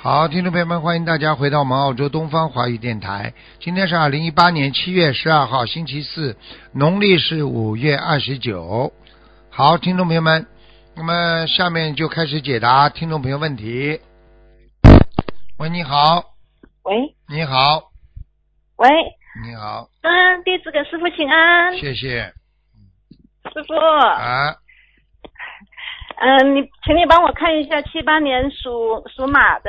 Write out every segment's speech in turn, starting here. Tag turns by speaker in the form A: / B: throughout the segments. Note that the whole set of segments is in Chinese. A: 好，听众朋友们，欢迎大家回到我们澳洲东方华语电台。今天是二零一八年七月十二号，星期四，农历是五月二十九。好，听众朋友们，那么下面就开始解答听众朋友问题。喂，你好，
B: 喂
A: 你好，
B: 喂，
A: 你好，
B: 嗯，弟子给师傅请安，
A: 谢谢
B: 师傅，
A: 啊，
B: 嗯，你请你帮我看一下七八年属属马的，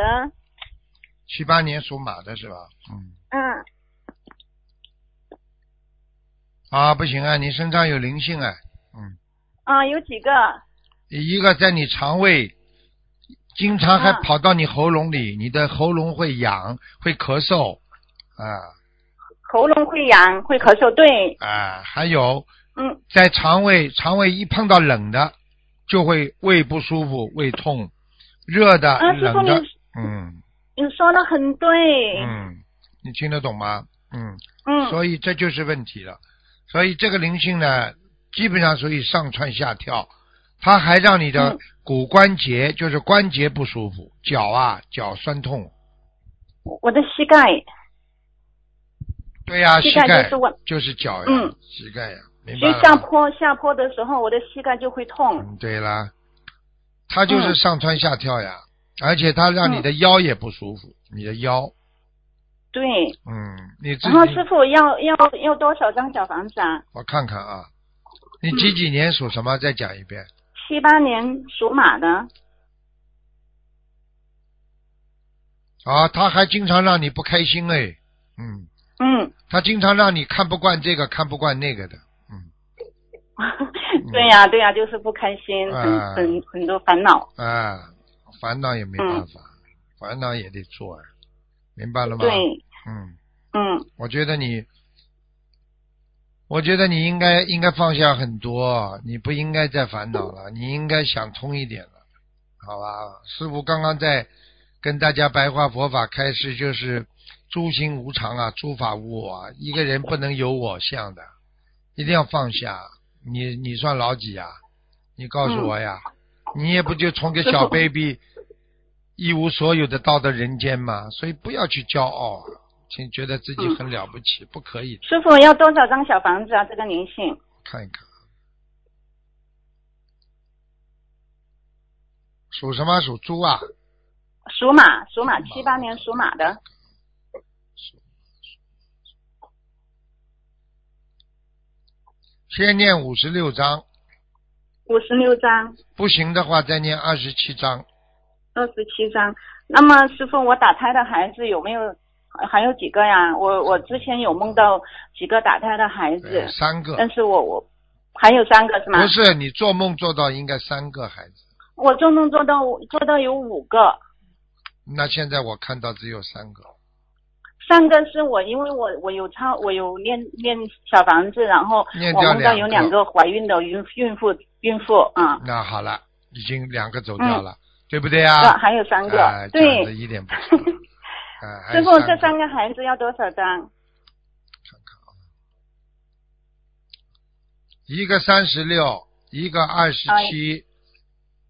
A: 七八年属马的是吧？嗯，
B: 嗯，
A: 啊，不行啊，你身上有灵性啊，嗯，
B: 啊，有几个？
A: 一个在你肠胃，经常还
B: 啊
A: 跑到你喉咙里，你的喉咙会痒，会咳嗽，啊
B: 喉咙会痒，会咳嗽，对，
A: 啊，还有
B: 嗯，
A: 在肠胃，肠胃一碰到冷的，就会胃不舒服、胃痛，热的、
B: 啊，师傅
A: 冷
B: 你
A: 的，嗯
B: 你说的很对，
A: 嗯，你听得懂吗？嗯，
B: 嗯，
A: 所以这就是问题了。所以这个灵性呢，基本上属于上蹿下跳，它还让你的
B: 嗯
A: 骨关节，就是关节不舒服，脚啊脚酸痛。
B: 我的膝盖，
A: 对呀、
B: 膝
A: 啊膝
B: 盖
A: 盖
B: 就是我
A: 就是脚呀，
B: 嗯
A: 膝盖呀，明白
B: 就
A: 了吗
B: 下坡下坡的时候，我的膝盖就会痛，
A: 嗯，对啦，它就是
B: 嗯
A: 上蹿下跳呀，而且它让你的腰也不舒服，你的腰，
B: 对，
A: 嗯，你自
B: 然后
A: 己
B: 师傅要要要多少张小房子啊？
A: 我看看啊，
B: 嗯
A: 你几几年属什么？再讲一遍。
B: 七八年属马的，
A: 啊，他还经常让你不开心哎，嗯，
B: 嗯，
A: 他经常让你看不惯这个，看不惯那个的，
B: 对呀、对呀、就是不开心，
A: 啊
B: 很很很多烦恼。
A: 啊，烦恼也没
B: 嗯
A: 办法，烦恼也得做啊，明白了吗？
B: 对，
A: 嗯，
B: 嗯
A: 我觉得你，我觉得你应该应该放下很多，你不应该再烦恼了，你应该想通一点了，好吧？师傅刚刚在跟大家白话佛法开示，就是诸行无常啊，诸法无我啊，一个人不能有我相的，一定要放下。你你算老几啊？你告诉我呀，你也不就从个小
B: 师傅
A: baby 一无所有的到的人间嘛，所以不要去骄傲啊。请觉得自己很了不起，不可以的，
B: 师傅要多少张小房子啊？这个灵性
A: 看一看。属什么？属猪啊？
B: 属马，属马，七八年属马的，
A: 先念五十六章，
B: 五十六张，
A: 不行的话再念二十七章。
B: 二十七张。那么师傅，我打胎的孩子有没有？呃还有几个呀？我我之前有梦到几个打胎的孩子
A: 呃，三个
B: 但哎是我我还有三个是吗
A: 不？是你做梦做到应该三个孩子，
B: 我做梦做到做到有五个，
A: 那现在我看到只有三个。
B: 上个是我，因为我我有超，我有念念小房子，然后
A: 念
B: 我
A: 掉
B: 梦到
A: 两
B: 有
A: 个
B: 两个怀孕的孕孕妇孕妇啊，
A: 那好了，已经两个走掉了，对不对啊？
B: 嗯是吧还有三个，
A: 哎
B: 对
A: 讲的，一点 不错。哎还
B: 师
A: 有
B: 傅这
A: 个
B: 三个孩子要多少张？
A: 一个三十六，一个二十
B: 哎
A: 七。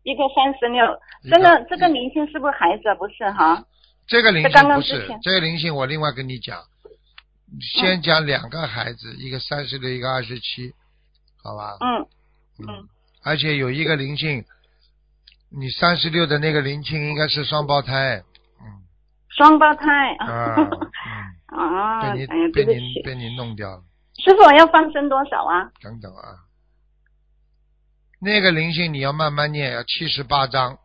B: 一个三十六，
A: 一
B: 这个
A: 个
B: 这个明星是不是孩子啊？不是哈，
A: 这个灵
B: 这刚
A: 性
B: 刚
A: 不
B: 之
A: 是
B: 前，
A: 这个灵性我另外跟你讲，先讲两个孩子，一个三十六，一个二十七，好吧？
B: 嗯
A: 嗯。而且有一个灵性，你三十六的那个灵性应该是双胞胎，
B: 双胞胎
A: 啊，
B: 啊
A: 嗯，
B: 啊，哎
A: 被
B: 呀，
A: 你被
B: 对不
A: 你
B: 起，
A: 被你弄掉了，
B: 师傅要放生多少啊？
A: 等等啊。那个灵性你要慢慢念，要七十八章，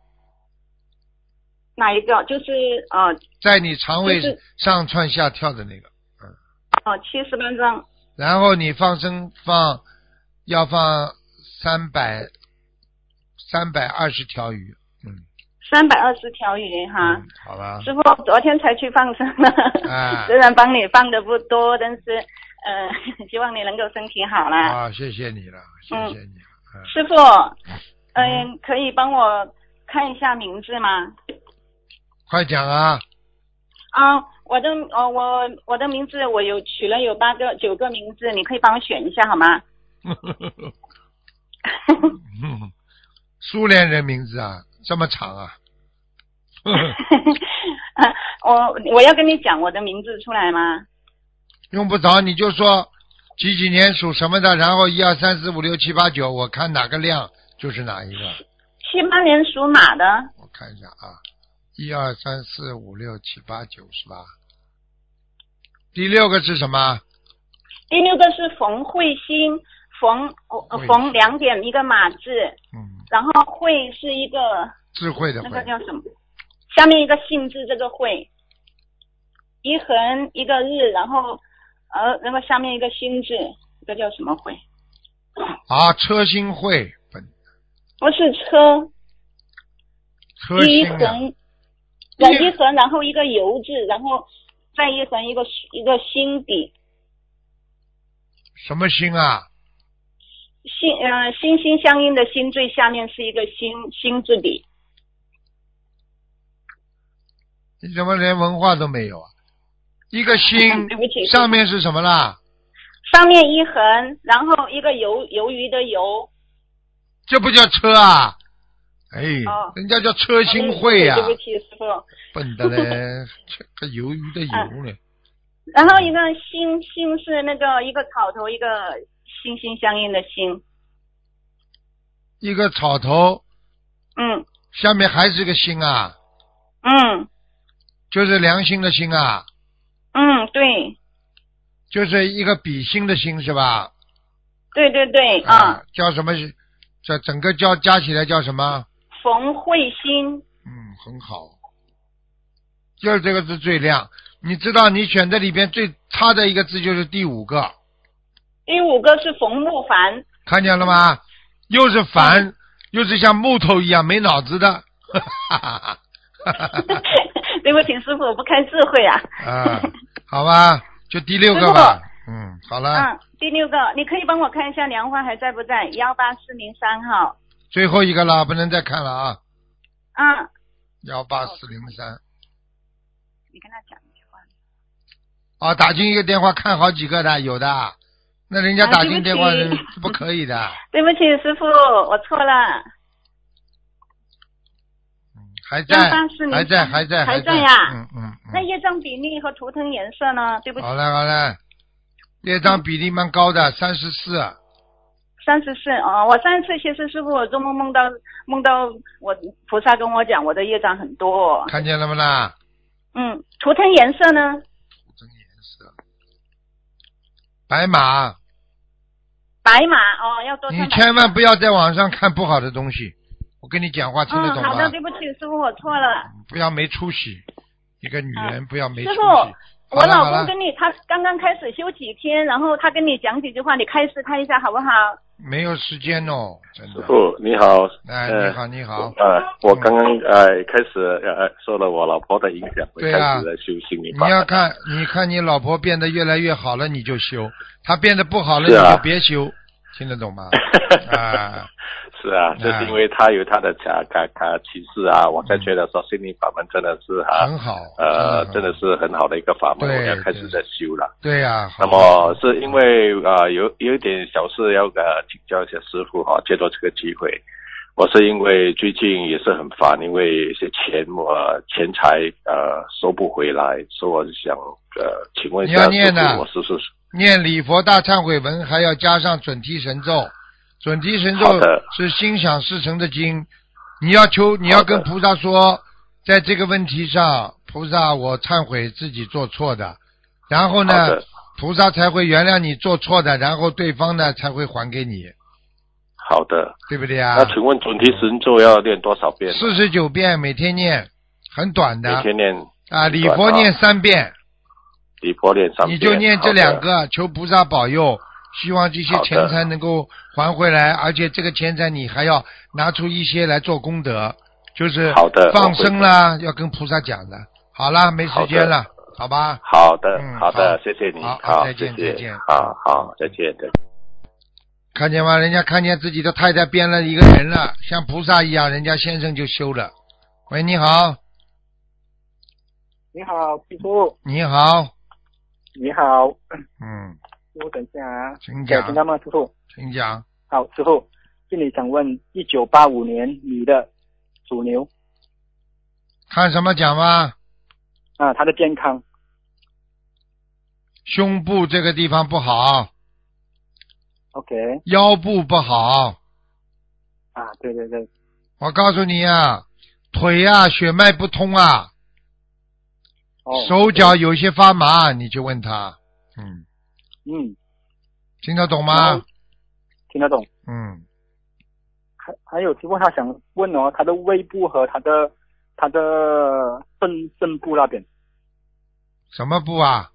B: 哪一个？就是呃
A: 在你肠胃
B: 就是
A: 上窜下跳的那个。
B: 哦七十八张，
A: 然后你放生放要放三百三百二十条鱼，嗯，
B: 三百二十条鱼哈。
A: 嗯好吧，
B: 师傅，昨天才去放生了，
A: 啊
B: 虽然帮你放的不多，但是呃， 希望你能够身体好啦。
A: 啊，谢谢你了，谢谢你了，
B: 师傅，嗯、可以帮我看一下名字吗？
A: 快讲 啊，
B: 啊，我的哦，我我的名字我有取了有八个九个名字，你可以帮我选一下好吗？
A: 嗯苏联人名字啊，这么长啊，
B: 呃，我我要跟你讲我的名字出来吗？
A: 用不着你就说几几年属什么的，然后一二三四五六七八九，我看哪个亮就是哪一个。
B: 七八年属马的，
A: 我看一下啊，一二三四五六七八九十吧。第六个是什么？
B: 第六个是冯慧欣，冯呃
A: 慧
B: 冯两点一个马字，
A: 嗯，
B: 然后慧是一个
A: 智慧的
B: 那
A: 慧
B: 个，叫什么？下面一个姓字，这个慧，一横一个日，然后呃，然后下面一个心字，这个叫什么慧？
A: 啊，车星慧，本
B: 不是车，
A: 车
B: 一
A: 星啊，
B: 横，对
A: 一
B: 一横，然后一个油字，然后再一横一个一个心底，
A: 什么星啊？
B: 心呃心心相印的心最下面是一个心心字底。
A: 你怎么连文化都没有啊？一个星
B: 嗯对不起
A: 上面是什么啦？
B: 上面一横，然后一个鱿鱿鱼的鱿，
A: 这不叫车啊！哎，
B: 哦啊
A: 人家叫车星慧啊呀、
B: 对不起对不起师傅。
A: 笨的 嘞，这个鱿鱼的油
B: 啊
A: 嘞。
B: 然后一个心心是那个一个草头，一个心心相印的心，
A: 一个草头
B: 嗯
A: 下面还是个心啊，
B: 嗯
A: 就是良心的心啊，
B: 嗯，对
A: 就是一个比心的心是吧？
B: 对对对啊，，
A: 叫什么？这整个叫加起来叫什么？
B: 冯慧心，
A: 嗯，很好，就是这个字最亮。你知道你选的里边最差的一个字就是第五个，
B: 第五个是冯木凡，
A: 看见了
B: 嗯
A: 吗？又是凡，又是像木头一样没脑子 的，哈哈哈哈哈哈。
B: 对不起师傅，我不开智慧啊。
A: 啊，好吧，就第六个吧。嗯，好了，
B: 嗯，第六个，你可以帮我看一下莲花还在不在？幺八四零三号，
A: 最后一个了，不能再看了啊。
B: 嗯，
A: 幺八四零三
B: 你跟他讲一句话。
A: 啊，打进一个电话看好几个的，有的。那人家
B: 啊
A: 打
B: 对
A: 进
B: 不
A: 电话
B: 起
A: 人不可以 的，
B: 对不起师傅，我错了。
A: 还在
B: 1840，
A: 还在，还在，
B: 还在
A: 在
B: 呀
A: 嗯嗯
B: 那
A: 嗯。
B: 业障比例和图腾颜色呢？对不起
A: 好，了好了，业障比例蛮高的，三十四。
B: 三十四哦，我上次其实师傅，我做梦梦到梦到我菩萨跟我讲我的业障很多、
A: 看见了没啦？
B: 嗯，图腾颜色呢？
A: 真颜色。白马，
B: 白马哦，要多穿
A: 你
B: 白
A: 千万不要在网上看不好的东西。我跟你讲话听得懂
B: 嗯，
A: 吗？
B: 好的，对不起，师傅，我错了。
A: 不要没出息，一个女人不要没出
B: 啊师
A: 息。
B: 傅
A: 好
B: 我
A: 了
B: 老
A: 好了
B: 公，跟你，他刚刚开始休几天，然后他跟你讲几句话，你开示他一下好不好？
A: 没有时间哦，真
C: 师
A: 的。
C: 傅你好，
A: 哎，
C: 呃
A: 你好，你好，嗯
C: 呃，我刚刚呃开始呃受了我老婆的影响，我
A: 对
C: 开
A: 啊
C: 始在修心灵
A: 你
C: 法门。
A: 要看，你看你老婆变得越来越好了，你就修；她变得不好了，
C: 是啊
A: 你就别修，听得懂 吗？啊，
C: 是啊，就是因为他有他的卡卡卡歧视啊，我才觉得说心灵法门真的是啊，
A: 很好，
C: 呃，真的
A: 很好
C: 是很好的一个法门，
A: 对
C: 我要开始在修了。
A: 对呀。好
C: 那么是因为啊、呃有有一点小事要呃请教一下师傅哈、借助这个机会，我是因为最近也是很烦，因为一些钱我钱财呃收不回来，所以我就想呃请问一下
A: 你要
C: 师
A: 念啊的
C: 傅，我是不是
A: 念礼佛大忏悔文，还要加上准提神咒。准提神咒
C: 好的
A: 是心想事成的经，你要求你要跟
C: 好的
A: 菩萨说，在这个问题上，菩萨我忏悔自己做错的，然后
C: 好
A: 呢
C: 的，
A: 菩萨才会原谅你做错的，然后对方呢才会还给你，
C: 好的？
A: 对不对啊
C: 那？请问准提神咒要念多少遍呢？啊
A: 四十九遍每天念，很短
C: 每
A: 的
C: 天念
A: 啊，礼
C: 短
A: 佛
C: 啊
A: 念三遍，
C: 礼佛念三
A: 你
C: 遍，
A: 就念这两
C: 好的。
A: 个，求菩萨保佑，希望这些
C: 好的
A: 钱财能够还回来，而且这个钱财你还要拿出一些来做功德，就是
C: 好的
A: 放
C: 我会
A: 生啦，要跟菩萨讲的。好啦，没时间了，好吧。
C: 好的
A: 嗯，
C: 好的
A: 好，
C: 谢谢你，
A: 好
C: 好，
A: 再见
C: 谢谢
A: 再见
C: 好好，再见，再见。
A: 看见吗？人家看见自己的太太变了一个人了，像菩萨一样，人家先生就修了。喂，你好，
D: 你好，师傅，
A: 你好，
D: 你好，
A: 嗯，
D: 师傅，等一下啊，
A: 请
D: 有听
A: 讲，
D: 到吗，师傅？
A: 请讲，
D: 好，师傅，这里想问，一九八五年女的，属牛，
A: 看什么讲吗？
D: 啊，他的健康，
A: 胸部这个地方不好，
D: OK，
A: 腰部不好。
D: 啊，对对对，
A: 我告诉你啊，腿啊血脉不通啊，
D: 哦，
A: 手脚有些发麻，你去问他。嗯，
D: 嗯，哦
A: 听得懂
D: 然
A: 吗
D: 后？听得懂。
A: 嗯，
D: 还还有师傅，他想问哦，他的胃部和他的他的肾肾部那边，
A: 什么部啊？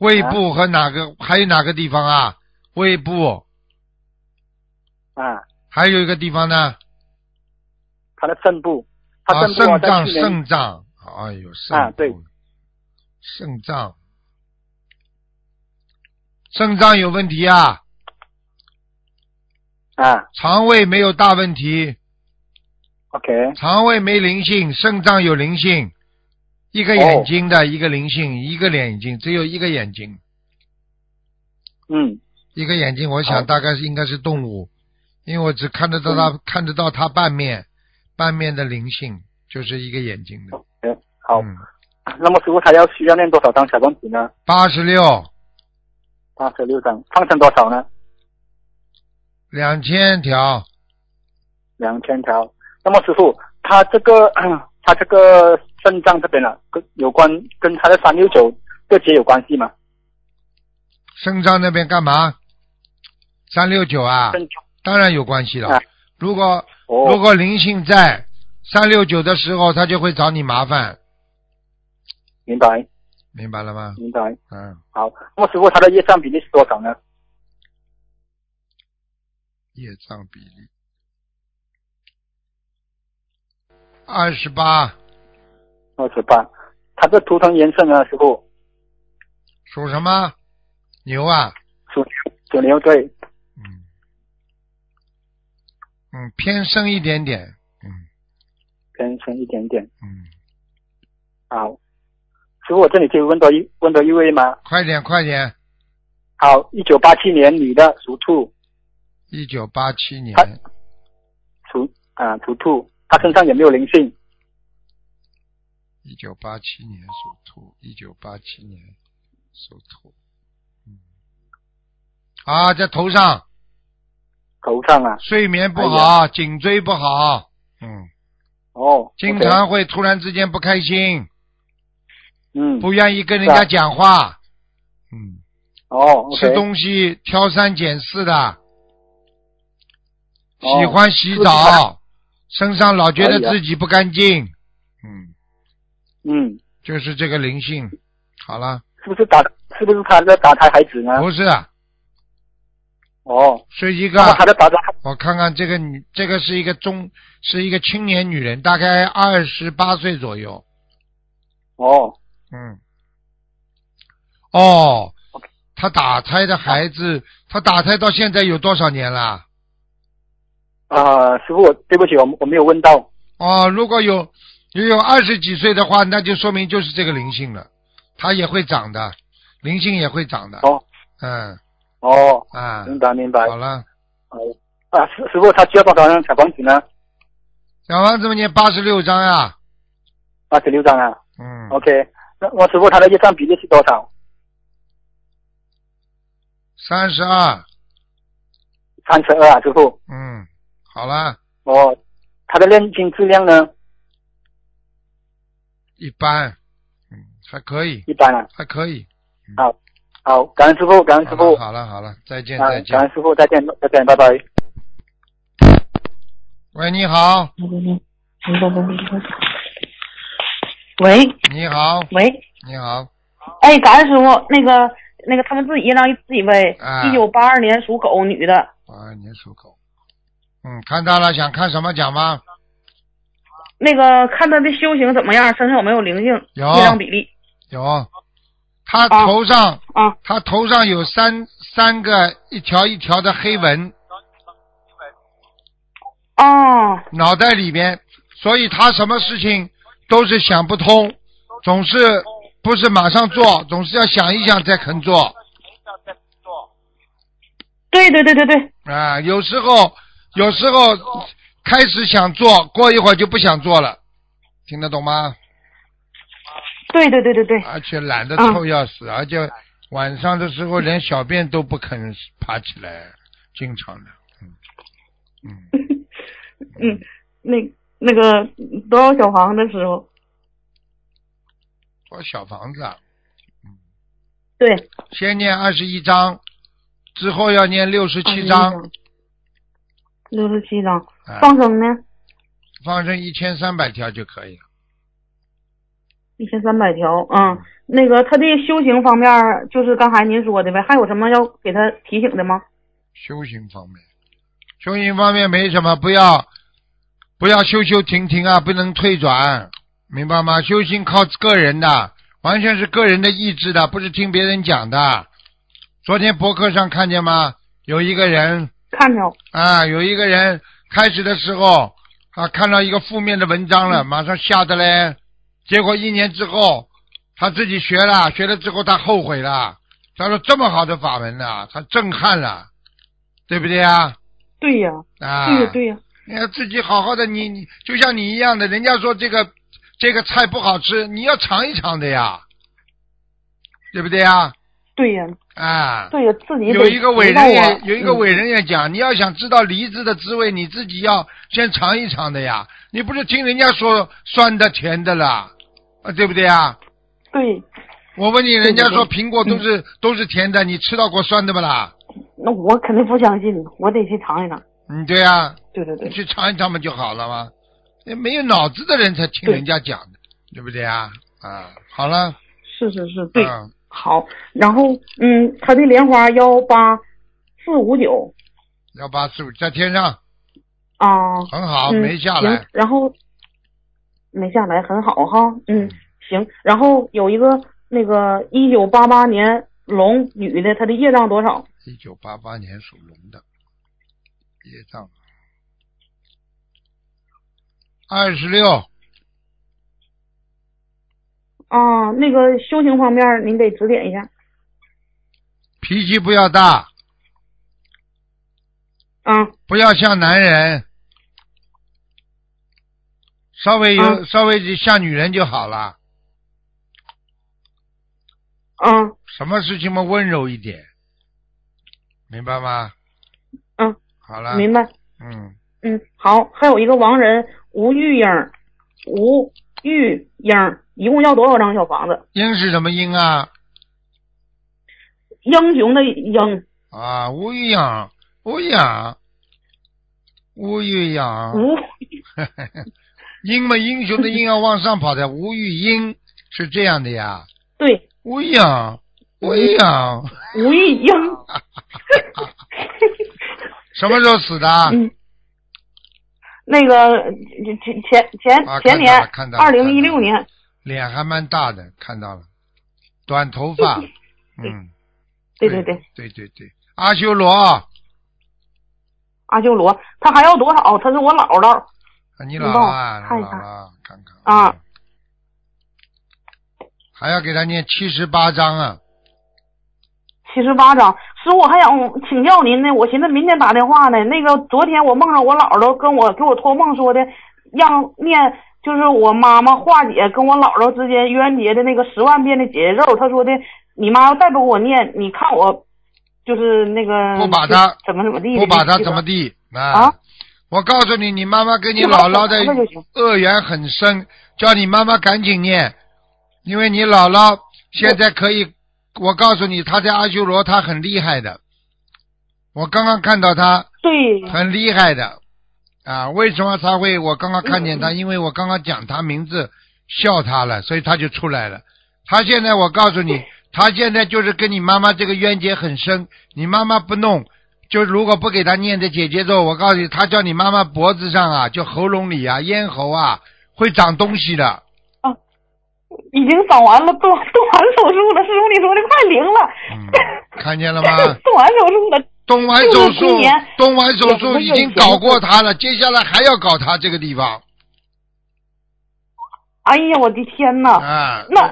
A: 胃部和哪个？还有哪个地方啊？胃部，
D: 啊，
A: 还有一个地方呢？
D: 他的肾部，他
A: 啊，
D: 肾部、
A: 肾
D: 在
A: 脏，
D: 去年
A: 肾脏，哎呦，肾
D: 啊对
A: 部肾脏，肾脏有问题啊，
D: 啊
A: 肠胃没有大问题，
D: ，OK，
A: 肠胃没灵性，肾脏有灵性，一个眼睛
D: 哦
A: 的，一个灵性，一个眼睛，只有一个眼睛，
D: 嗯，
A: 一个眼睛，我想
D: 好
A: 大概是应该是动物，因为我只看得到它，看得到它半面，半面的灵性就是一个眼睛的，
D: 哎，好，
A: 嗯，
D: 那么师傅他要需要念多少张小房子呢？
A: 八十六，
D: 八十六张，放生多少呢？
A: 两千条。
D: 两千条。那么师傅，他这个 他这个肾脏这边啊，跟有关跟他的三六九这节有关系吗？
A: 肾脏那边干嘛？三六九啊，
D: 肾脏
A: 当然有关系了
D: 啊。
A: 如果如
D: 哦，
A: 果灵性在三六九的时候，他就会找你麻烦，
D: 明白
A: 明白了吗？
D: 明白。
A: 嗯，
D: 好，那么师傅他的业障比例是多少呢？
A: 业障比例二十八，
D: 二十八。他的图腾颜色呢，师傅
A: 属什么？牛啊，
D: 属属牛对，
A: 嗯嗯，偏深一点点，嗯
D: 偏深一点点。
A: 嗯，
D: 好，师傅我这里可以问多一问多一位吗？
A: 快点快点，
D: 好，一九八七年女的属兔，
A: 一九八七年
D: 啊属啊属兔，她身上有没有灵性？
A: 一九八七年属兔，一九八七年属兔，嗯，啊，在头上，
D: 头上啊，
A: 睡眠不好，颈椎不好，嗯，
D: 哦，
A: 经
D: OK
A: 常会突然之间不开心，
D: 嗯，
A: 不愿意跟人家讲话，嗯，
D: 哦，OK，
A: 吃东西挑三拣四的，
D: 哦
A: 喜欢洗
D: 是
A: 澡，身上老觉得
D: 哎呀
A: 自己不干净，嗯，
D: 嗯，
A: 就是这个灵性，好了，
D: 是不是打是不是他在打胎孩子呢？
A: 不是啊，
D: 哦，
A: 是啊一个
D: 那。么他在打胎，
A: 我看看这个女，这个是一个中，是一个青年女人，大概二十八岁左右。
D: 哦，
A: 嗯，哦
D: OK，
A: 她打胎的孩子，她打胎到现在有多少年了？
D: 啊，师傅，我对不起，我我没有问到，
A: 哦，如果有也有二十几岁的话，那就说明就是这个灵性了，它也会长的，灵性也会长的。
D: 哦，
A: 嗯
D: 哦，
A: 啊，
D: 明白明白，
A: 好了，
D: 好啊，师师傅，他需要多少张小房子呢？
A: 小王这么念八十六章啊，
D: 二十六张啊。
A: 嗯，
D: OK，那我师傅他的业障比例是多少？
A: 三十二，
D: 三十二啊，师傅。
A: 嗯，好了，
D: 哦，他的炼金质量
A: 嗯
D: 呢？
A: 一般，嗯，还可以。
D: 一般啊。
A: 还可以。
D: 好，感恩师傅，感恩师
A: 好
D: 傅，
A: 了
D: 啊，
A: 好了好了，再见再见
D: 感。恩师傅，再见，再见，拜拜。
A: 喂，你好，
E: 喂
A: 你好，
E: 喂，
A: 你好，
E: 哎，感恩师傅，那个那个他们自己让自己问
A: 啊，
E: 一九八二年属狗女的，
A: 八二年属狗。嗯，看到了，想看什么讲吗？
E: 那个看她的修行怎么样，身上有没有灵性，
A: 有
E: 业障比例
A: 有，他
E: 啊
A: 头上，
E: 啊？
A: 他头上有三三个一条一条的黑纹，
E: 哦
A: 脑袋里边，所以他什么事情都是想不通，总是不是马上做，总是要想一想再肯做。
E: 对对对对对，
A: 啊，有时候有时候开始想做，过一会儿就不想做了，听得懂吗？
E: 对对对对对，
A: 而且懒得
E: 嗯
A: 臭要死，而且晚上的时候连小便都不肯爬起来，经常的，嗯嗯，
E: 嗯，那那个多少小房的时候，
A: 我小房子啊，
E: 对，
A: 先念二十一章，之后要念六十七章，
E: 六十七张，
A: 哎
E: 哦放生呢
A: 放生一千三百条就可以了。
E: 一千三百条，嗯，那个他的修行方面儿，就是刚才您说的呗，还有什么要给他提醒的吗？
A: 修行方面，修行方面没什么，不要不要修修停停啊，不能退转，明白吗？修行靠个人的，完全是个人的意志的，不是听别人讲的。昨天博客上看见吗？有一个人
E: 看着，
A: 啊，有一个人开始的时候啊，看到一个负面的文章
E: 嗯
A: 了，马上吓得嘞。结果一年之后，他自己学了，学了之后他后悔了。他说这么好的法门呐、他震撼了，对不对啊？
E: 对呀、
A: 啊，
E: 对呀、对呀、
A: 你要自己好好的，你你就像你一样的，人家说这个这个菜不好吃，你要尝一尝的呀，对不对呀？
E: 对呀、
A: 啊，
E: 对呀、自己得
A: 有一个伟
E: 知道
A: 人
E: 啊
A: 也有一个伟人也讲，你要想知道梨子的滋味，你自己要先尝一尝的呀。你不是听人家说酸的甜的啦，啊，对不对啊？
E: 嗯对，
A: 我问你，人家说
E: 对嗯
A: 苹果都是都是甜的，你吃到过酸的不啦？
E: 那我肯定不相信，我得去尝一尝。
A: 嗯，对呀、
E: 对对对
A: 你，去尝一尝不就好了吗？那没有脑子的人才听
E: 对
A: 人家讲的，对不对啊？啊，好了，
E: 是是是，对，
A: 嗯，
E: 好。然后，嗯，他的莲花幺八四五九
A: 幺八四五在天上
E: 啊，
A: 很好，
E: 嗯
A: 没下来
E: 行，然后没下来，很好哈。嗯，行。然后有一个那个一九八八年龙女的，她的业障多少？
A: 一九八八年属龙的，业障二十六，
E: 啊，那个修行方面儿您得指点一下。
A: 脾气不要大，
E: 啊，
A: 不要像男人，稍微有、
E: 嗯
A: 稍微像女人就好了。
E: 啊，
A: 什么事情嘛温柔一点，明白吗？
E: 嗯，
A: 好了，
E: 明白。
A: 嗯，
E: 嗯，好，还有一个亡人吴玉英儿，吴玉英儿，一共要多少张小房子？
A: 英是什么英啊？
E: 英雄的英，
A: 啊，吴玉养，吴养，吴玉养，
E: 吴
A: 英嘛，英雄的英要往上跑的，吴玉英是这样的呀。啊
E: 对
A: 吴玉养，吴玉养，
E: 吴玉英，
A: 什么时候死的？
E: 嗯，那个前前
A: 啊
E: 前前年
A: 看到了看到，了
E: 二零一六年，
A: 脸还蛮大的，看到了，短头发，嗯，
E: 对
A: 对
E: 对
A: 对
E: 对，，
A: 对对，阿修罗，
E: 阿修罗，他还要多少？他是我姥姥，
A: 啊你
E: 你
A: 姥
E: 帮
A: 姥
E: 我
A: 啊，
E: 看
A: 你
E: 一
A: 姥
E: 下
A: 姥看看
E: 啊，
A: 嗯还要给他念七十八章啊，
E: 七十八张。师傅，我还想请教您呢，我寻思明天打电话呢。那个昨天我梦着我姥姥跟我给我托梦说的，让念就是我妈妈化解跟我姥姥之间冤结的那个十万遍的解咒。她说的，你妈要再不给我念，你看我就是那个
A: 不把她
E: 怎么怎么地的，
A: 不把他
E: 这个
A: 怎么地啊
E: 啊？
A: 我告诉你，你妈妈跟你
E: 就把
A: 姥姥
E: 小房子就行
A: 的恶缘很深，叫你妈妈赶紧念，因为你姥姥现在可以，我告诉你，她在阿修罗，她很厉害的。我刚刚看到她
E: 对
A: 很厉害的啊，为什么她会？我刚刚看
E: 嗯
A: 见她，因为我刚刚讲她名字，笑她了，所以她就出来了。她现在，我告诉你，她现在就是跟你妈妈这个冤结很深，你妈妈不弄，就如果不给他念这姐姐咒，我告诉你，他叫你妈妈脖子上啊，就喉咙里啊、咽喉啊，会长东西的。
E: 已经扫完了，做做完手术了。师傅，你说的快灵了，
A: 嗯，看见了吗？
E: 做完手术了。
A: 动完手
E: 就是
A: 术
E: 今年，
A: 动完手术已经搞过他了，接下来还要搞他这个地方
E: 哎呀，我的天呐！
A: 啊，
E: 那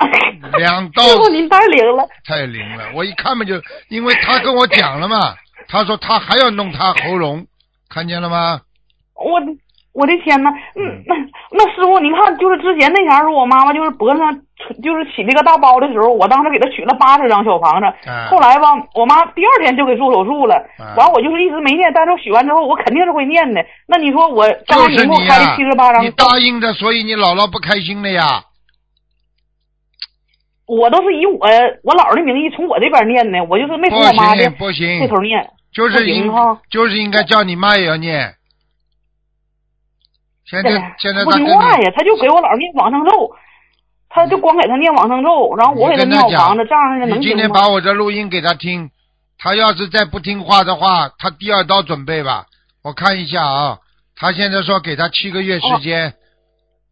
A: 两刀
E: 师傅您太灵了。
A: 太灵了！我一看嘛就，因为他跟我讲了嘛，他说他还要弄他喉咙，看见了吗？
E: 我我的天呐，嗯，那那师傅，您看，就是之前那前儿，我妈妈就是脖子上就是起那个大包的时候，我当时给她取了八十张小房子，
A: 啊
E: 后来吧，我妈第二天就给做手术了，
A: 啊
E: 完我就是一直没念，但是我许完之后，我肯定是会念的。那你说我刚
A: 就
E: 才你
A: 是
E: 给我
A: 你
E: 开
A: 呀、
E: 的七十八张
A: 你，答应的，所以你姥姥不开心了呀。
E: 我都是以我我姥儿的名义从我这边念的，我就是没从
A: 不
E: 我妈的
A: 行不
E: 这
A: 行，
E: 头念。
A: 就是
E: 不行
A: 应
E: 哈
A: 就是应该叫你妈也要念。现在
E: 哎
A: 现在
E: 不
A: 他
E: 听
A: 跟
E: 话
A: 你嗯
E: 呀，他就给我姥儿念往生咒，他就光给他念往生咒，然后我给
A: 你跟
E: 念
A: 他
E: 小
A: 讲
E: 房子，这样的能
A: 你
E: 行
A: 今天
E: 吗？
A: 把我的录音给他听，他要是再不听话的话，他第二刀准备吧。我看一下啊，他现在说给他七个月时间，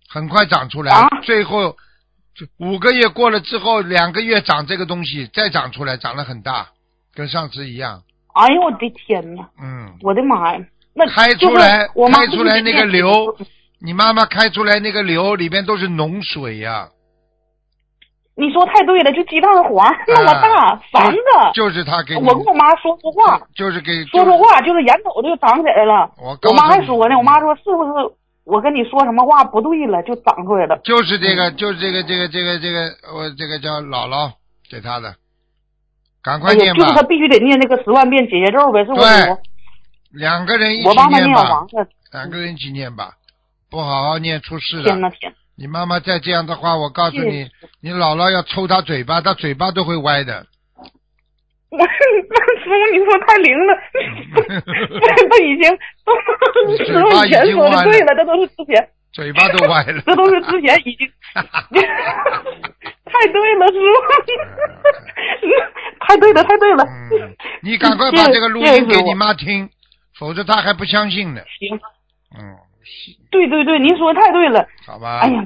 A: 很快长出来，
E: 啊
A: 最后就五个月过了之后，两个月长这个东西再长出来，长得很大，跟上次一样。
E: 哎呦我的天呐，
A: 嗯，
E: 我的妈呀！那
A: 开
E: 就
A: 出
E: 是
A: 来
E: 我妈
A: 开出来那个
E: 流，
A: 瘤，你妈妈开出来那个瘤里边都是脓水啊呀、
E: 你说太对了，就鸡蛋黄那么大，房子。
A: 啊就是他给你
E: 我跟我妈说说话，
A: 就是给
E: 说说，话，就是眼瞅就长起来了。
A: 我告
E: 我
A: 诉
E: 妈还
A: 你
E: 说呢，我妈说是不是我跟你说什么话不对了，就长出来了。
A: 就是这
E: 嗯
A: 个，就是这个，这个，这个，这个，我这个叫姥姥给他的，赶快
E: 哎呀
A: 念
E: 哎就是
A: 吧
E: 她，必须得念那个十万遍解结咒呗，是不
A: 对
E: 是？我
A: 两个人一
E: 我
A: 起
E: 帮她
A: 念
E: 念
A: 吧
E: 王，子，
A: 两个人一起念吧，不好好念出事
E: 天
A: 的。
E: 呐天，
A: 你妈妈再这样的话，我告诉你
E: 是，
A: 你姥姥要抽她嘴巴，她嘴巴都会歪的。
E: 我师傅你说太灵 了， 都已经都师傅以前说的对了，这都是之前，，
A: 嘴巴都歪了
E: 这都是之前 已经。太对了，师傅， 太对了，太对了。
A: 嗯，你赶快把这个录
E: 谢谢
A: 音
E: 师
A: 给
E: 傅
A: 你妈听，否则她还不相信呢。
E: 行，
A: 嗯，
E: 对对对，您说的太对了。
A: 好吧。
E: 哎呀，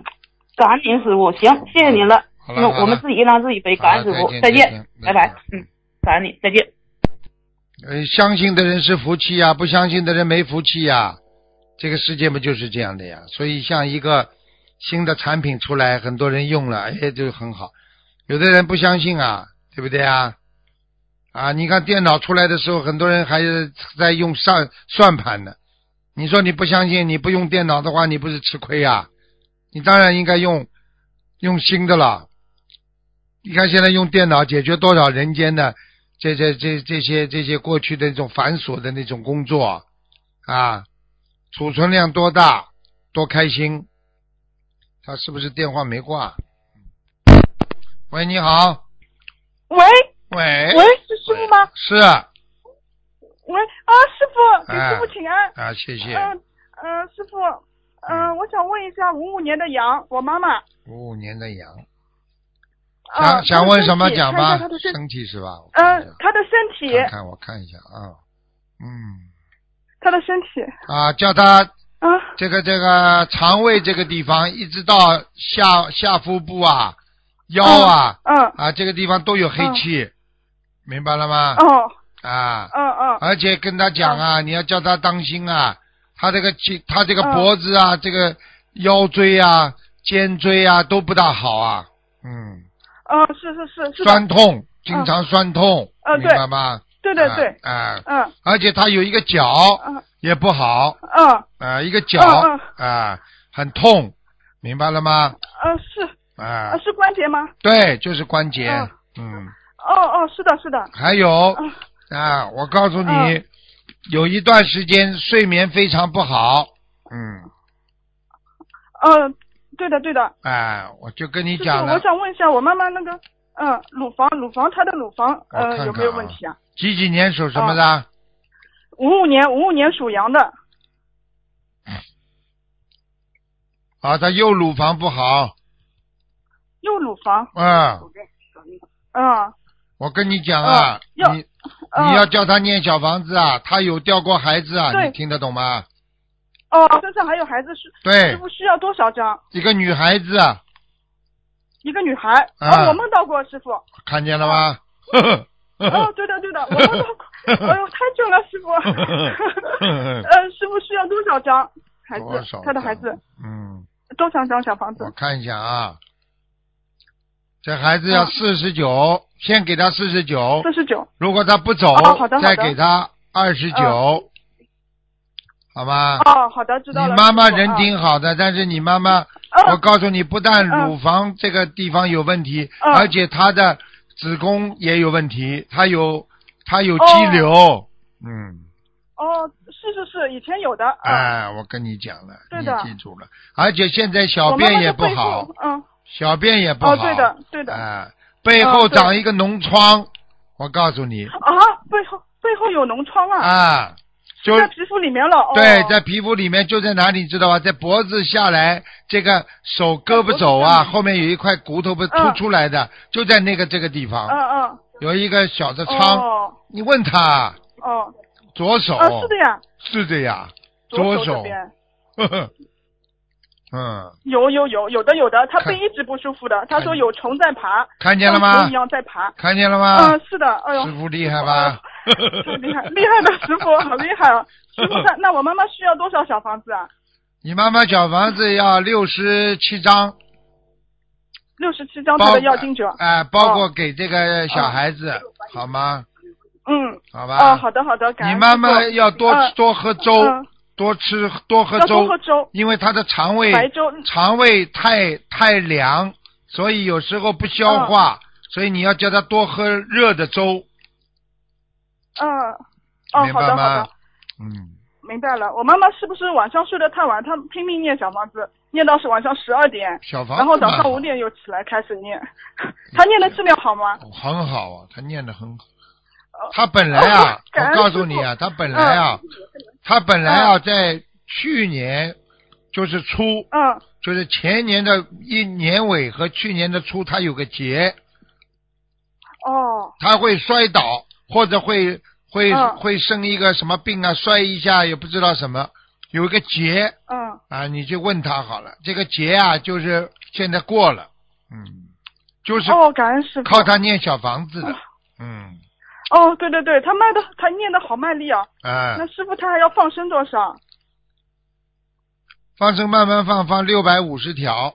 E: 感恩您师傅，行，谢谢您了。
A: 啊好了
E: 那
A: 好
E: 我们
A: 了
E: 自己让自己背，
A: 好了
E: 感恩师傅，
A: 再
E: 再
A: 见
E: 见，
A: 再见
E: 拜拜
A: 再见，
E: 嗯，感恩你，再见。
A: 呃，相信的人是福气呀、不相信的人没福气呀、这个世界嘛就是这样的呀。所以像一个新的产品出来，很多人用了，哎，就很好。有的人不相信啊，对不对啊？啊，你看电脑出来的时候，很多人还是在用算算盘呢。你说你不相信，你不用电脑的话，你不是吃亏呀、你当然应该用用新的了。你看现在用电脑解决多少人间的这这这这些这些过去的那种繁琐的那种工作啊，储存量多大，多开心。他是不是电话没挂？喂，你好，哎
F: 喂
A: 喂，
F: 喂，是师傅吗？
A: 是啊，
F: 喂啊，师傅，给
A: 哎
F: 师傅请安。
A: 啊谢谢。
F: 嗯嗯、师傅，嗯、我想问一下五五年的羊，我妈妈。
A: 五五年的羊，
F: 啊、
E: 嗯
A: 想想问什么讲吧
F: 她的？身体
A: 身体是吧？我看一
F: 嗯
A: 下，
F: 她的身体，
A: 哎看看我看一下啊，嗯
F: 她的身体
A: 啊，叫他
F: 啊
A: 这个这个肠胃这个地方，一直到下下腹部啊、腰啊、
F: 嗯
A: 啊这个地方都有黑气，明白了吗？
F: 哦
A: 啊，
F: 嗯嗯
A: 而且跟他讲啊，你要叫他当心啊，他这个颈、他这个
F: 嗯
A: 脖子啊、这个腰椎啊、肩椎啊都不大好啊，嗯，
F: 嗯，是是是是的，
A: 酸痛，经常酸痛，
F: 呃
A: 明
F: 对
A: 白吗？
F: 对对对，
A: 啊，啊
F: 嗯
A: 而且他有一个脚
F: 嗯
A: 也不好，
F: 嗯
A: 啊，一个脚
F: 嗯
A: 啊，很痛，明白了吗？
F: 嗯是
A: 啊
F: 呃，是关节吗？
A: 对，就是关节
F: 嗯，
A: 嗯，
F: 哦哦是的是的，
A: 还有
F: 嗯
A: 啊，我告诉你
F: 嗯，
A: 有一段时间睡眠非常不好，嗯，
F: 嗯对的对的，
A: 哎，我就跟你
F: 师傅，
A: 讲
F: 我
A: 了，
F: 想问一下我妈妈那个嗯乳房乳房她的乳房
A: 我看
F: 呃
A: 看
F: 有没有
A: 啊
F: 问题啊？
A: 几几年属什么的？
F: 五五年五五年属羊的，哦
A: 啊，他右乳房不好，
F: 右乳房，
A: 啊，
F: 嗯
A: 我跟你讲啊，
F: 嗯要
A: 你
F: 嗯，
A: 你要叫他念小房子啊，他有掉过孩子啊，
F: 对
A: 你听得懂吗？
F: 哦，身上还有孩子是师
A: 对，
F: 傅需要多少张？
A: 一个女孩子啊，
F: 一个女孩，
A: 啊
F: 哦，我梦到过师傅，
A: 看见了吗？ 呵呵呵
F: 哦
A: 呵，
F: 对的对的，我梦到过，哎呦，太准了，师傅， 呃，师傅需要多少张孩子
A: 多哦少？
F: 他的孩
A: 张
F: 子
A: 嗯。
F: 多少张小房子
A: 我？看一下啊，这孩子要四十九，先给他四十九
F: 四，十九，
A: 如果他不走
F: 哦好的，好
A: 再
F: 的
A: 给他二十九，好吗？
F: 哦，好的，知道了。
A: 啊你妈妈
F: 师傅
A: 人啊
F: 啊呃
A: 挺好的，但是你妈妈，
F: 嗯
A: 我告诉你，不但乳房这个地方有问题，
F: 嗯
A: 而且她的子宫也有问题，她有她有
F: 哦
A: 肌瘤，嗯，
F: 哦，是是是，以前有的。嗯，
A: 哎，我跟你讲了，
F: 对
A: 你
F: 的
A: 记住了，而且现在小
F: 我妈妈
A: 便也
F: 就
A: 不
F: 恢复
A: 好，
F: 嗯，
A: 小便也不好，
F: 哦，对的，对的。哦
A: 哎，背后
F: 嗯对
A: 长一个脓疮，我告诉你，
F: 啊，背后背后有脓疮了，
A: 啊，就
F: 在皮肤里面了。哦、
A: 对，在皮肤里面就在哪里，知道吧？在脖子下来，这个手胳膊肘
F: 哦
A: 啊，后面有一块骨头不是凸
F: 嗯
A: 出来的，就在那个这个地方、
F: 嗯嗯。
A: 有一个小的疮。
F: 哦
A: 你问他
F: 哦，
A: 左手、
F: 啊，是的呀，
A: 是的呀，
F: 左
A: 手
F: 这，边
A: 呵呵， 嗯，
F: 有有有有的有的，他
A: 看
F: 背一直不舒服的，他
A: 看
F: 说有虫在爬，
A: 看见
F: 像
A: 了吗
F: 虫一？样在爬。
A: 看见了
F: 哦嗯、
A: 吗？
F: 是的，哎呦
A: 师，傅厉害吧？
F: 太 厉害，厉害的师傅，好厉 害啊！师傅，那那我妈妈需要多少小房子啊？
A: 你妈妈小房子要六十七张，
F: 六十七张
A: 包
F: 他的要经者。哦
A: 哎、包括给这个小孩子，好吗？
F: 嗯，
A: 好吧。
F: 哦，好的好的，
A: 啊
F: 感
A: 你
F: 恩
A: 妈妈
F: 师
A: 要多、
F: 嗯
A: 多喝粥，
F: 傅嗯，
A: 多吃多喝
F: 要
A: 粥，
F: 多喝粥，
A: 因为她的肠胃
F: 白粥，
A: 肠胃太太凉，所以有时候不消
F: 哦
A: 化，所以你要叫她多喝热的粥，
F: 嗯，哦，
A: 明
F: 好
A: 白
F: 的好
A: 吗
F: 的，？
A: 嗯，
F: 明白了。我妈妈是不是晚上睡得太晚？她拼命念小房子，念到是晚上十二点，
A: 小房子
F: 然后早
A: 蛮好
F: 上五点又起来开始念。 她念的质量好吗？
A: 哦很好啊，她念的很好。她本来啊，
F: 哦感恩嗯
A: 我告诉你啊，她本来啊，她本来啊，在去年就是初，
F: 嗯，
A: 就是前年的一年尾和去年的初，她有个结，
F: 哦，
A: 他会摔倒，或者会会、
F: 嗯
A: 会生一个什么病啊，摔一下也不知道什么，有一个结
F: 嗯，
A: 啊，你就问他好了。这个结啊，就是现在过了，嗯，就是
F: 哦，感恩师傅。
A: 靠他念小房子的，嗯，
F: 哦，对对对，他卖的，他念的好卖力啊。
A: 啊，
F: 那师傅他还要放生多少？
A: 放生慢慢放，放六百五十条，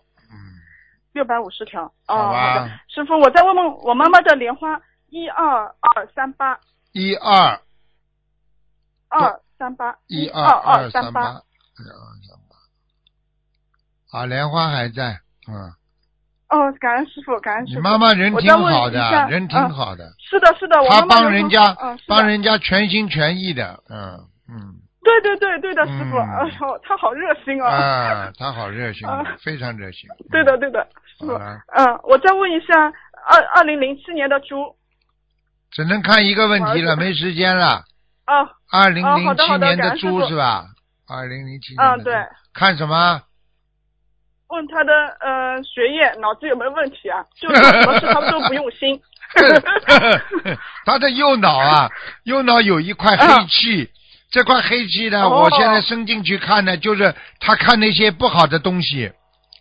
F: 六百五十条。哦，
A: 好吧
F: 好的，师傅，我再问问我妈妈的莲花，一二二三八，
A: 一二
F: 二三八，
A: 一
F: 二
A: 二
F: 三
A: 八，一二。三八，啊，莲花还在，嗯，
F: 哦，感恩师傅，感恩师
A: 你
F: 傅。
A: 妈妈人
F: 我
A: 挺
F: 再问
A: 好
F: 一下
A: 的，人挺
F: 嗯
A: 好的，
F: 是的，是的，我
A: 他
F: 妈妈
A: 帮
F: 有
A: 人
F: 空
A: 家
F: 嗯，是的
A: 帮人家全心全意的，嗯嗯
F: 对对对对的，师傅，
A: 嗯
F: 哎呦，他好热心啊！
A: 啊，他好热心
F: 啊，
A: 非常热心。嗯
F: 对的，对的，师傅
A: 好，了，
F: 嗯，我再问一下，二二零零七年的猪
A: 只能看一个问题了，
F: 我儿子
A: 没时间了。
F: 啊，
A: 二零零
F: 好的
A: 七
F: 好的
A: 年
F: 感
A: 的
F: 恩师
A: 猪
F: 傅
A: 是吧？二零零七年
F: 嗯，
A: 的
F: 对
A: 猪，，看什么？
F: 问他的呃学业、脑子有没有问题啊？就是做什么事他都不用心。
A: 他的右脑啊，右脑有一块黑气，这块黑气呢，
F: 啊哦
A: 我现在伸进去看呢，就是他看那些不好的东西，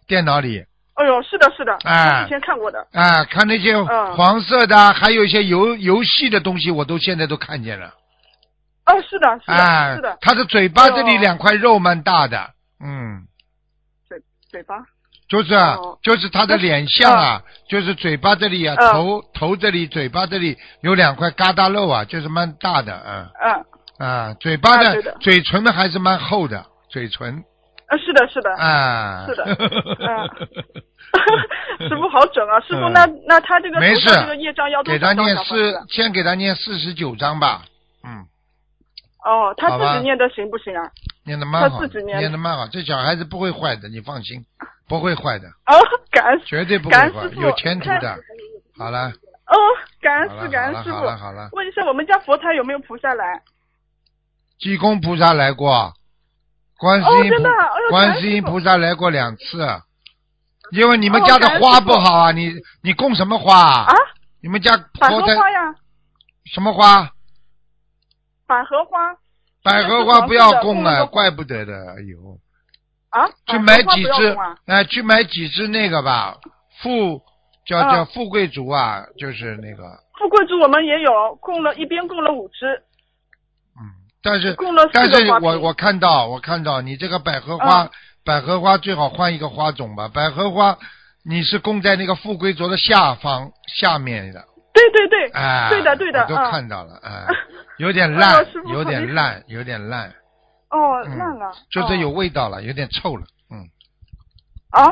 A: 电脑里
F: 哎呦，是的，是的，
A: 哎
F: 以前看过的。
A: 啊，看那些
F: 嗯
A: 黄色的，啊还有一些游游戏的东西，我都现在都看见了。
F: 哦，是的，是的，
A: 啊
F: 是的，，
A: 他的嘴巴这里
F: 哦
A: 两块肉蛮大的，嗯，
F: 嘴巴。
A: 就是啊
F: 哦
A: 就是他的脸相啊，就是嘴巴这里啊，
F: 嗯
A: 头头这里，嘴巴这里有两块疙瘩肉啊，就是蛮大的，嗯。
F: 嗯，
A: 啊，嘴巴
F: 啊
A: 的
F: 对的
A: 嘴唇的还是蛮厚的，嘴唇
F: 呃，是的，是的。
A: 啊，
F: 是的师傅好准啊！师傅，
A: 嗯
F: 那那他这个
A: 没
F: 头
A: 事
F: 上这个业障要多
A: 给
F: 少
A: 他
F: 张
A: 念
F: 小房子
A: 四
F: 啊？，
A: 先给他念四十九章吧，嗯，
F: 哦，他
A: 好吧
F: 自己念的行不行 啊？
A: 念的蛮
F: 他
A: 好
F: 自
A: 的，
F: 己念的
A: 的蛮好，这小孩子不会坏的，你放心，不会坏的，
F: 哦，感恩
A: 绝对不会
F: 啊感恩
A: 坏
F: 师，傅
A: 有前途
F: 看
A: 的。好了，
F: 哦，感
A: 好了，
F: 恩师感
A: 好
F: 恩
A: 了，
F: 师
A: 好了，
F: 傅。
A: 好了，
F: 问一下，我们家佛台有没有菩萨来？
A: 济公菩萨来过，观世音
F: 哦真
A: 菩
F: 的哎呦感
A: 观
F: 恩
A: 世音
F: 师父
A: 菩萨来过两次，因为你们
F: 哦
A: 家的
F: 感恩
A: 花
F: 师父
A: 不好啊，你你供什么花啊
F: 啊？
A: 你们家
F: 百
A: 佛
F: 合
A: 台
F: 花呀，
A: 什么花？
F: 百合花
A: 百合花不要供啊，怪不得的，哎呦，
F: 啊，
A: 去
F: 百合
A: 买
F: 花
A: 几
F: 不要
A: 只
F: 供啊，
A: 哎，去买几只那个吧，富叫
F: 嗯
A: 叫富贵竹啊，就是那个，
F: 富贵竹我们也有，供了一边供了五只，
A: 嗯，但是
F: 供了四
A: 但是
F: 个花瓶。嗯
A: 我我看到我看到你这个百合花，百合花最好换一个花种吧，百合花你是供在那个富贵竹的下方下面的，
F: 对对对，
A: 哎，
F: 对的对的
A: 我都
F: 嗯
A: 看到了，哎，有点
F: 哎
A: 烂
F: 呦师，傅
A: 有
F: 好厉
A: 点
F: 害
A: 烂，有点烂，
F: 哦，
A: 嗯
F: 烂了。
A: 就是有
F: 哦
A: 味道了，有点臭了，嗯，
F: 啊，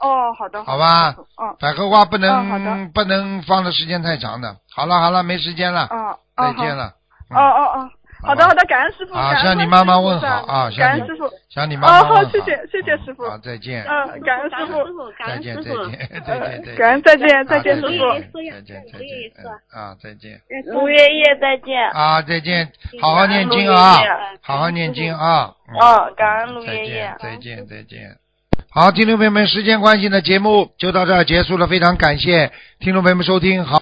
F: 哦，好的。
A: 好
F: 的
A: 吧
F: 嗯
A: 百合花不
F: 嗯好
A: 能
F: 的
A: 不能放的时间太长的。好了好了，没时间了，
F: 嗯，
A: 再
F: 嗯
A: 见。了。
F: 好哦哦哦，好的
A: 好吧
F: 好的，感恩师傅。
A: 啊
F: 感恩
A: 向
F: 观
A: 你
F: 世
A: 妈妈
F: 音菩
A: 问
F: 萨
A: 好啊向
F: 感
A: 你
F: 恩师傅。
A: 向你妈妈
F: 哦好
A: 问
F: 谢谢谢谢
A: 嗯
F: 师傅
A: 好，再
G: 哦
A: 见。
F: 嗯，感恩师傅。呃
A: 再见再见 再见再
F: 感
A: 见
F: 恩，。再见，
A: 啊再
F: 再见，师傅。
A: 见再见再见，嗯啊，再见
G: 五月夜再见。
A: 啊，再见，好好念经啊
G: 感恩卢月，
A: 好好念经啊。嗯
G: 哦，感恩卢
A: 再
G: 爷爷
A: 见。再见再见。好，听众朋友们，时间关系呢，节目就到这儿结束了，非常感谢听众朋友们收听，好。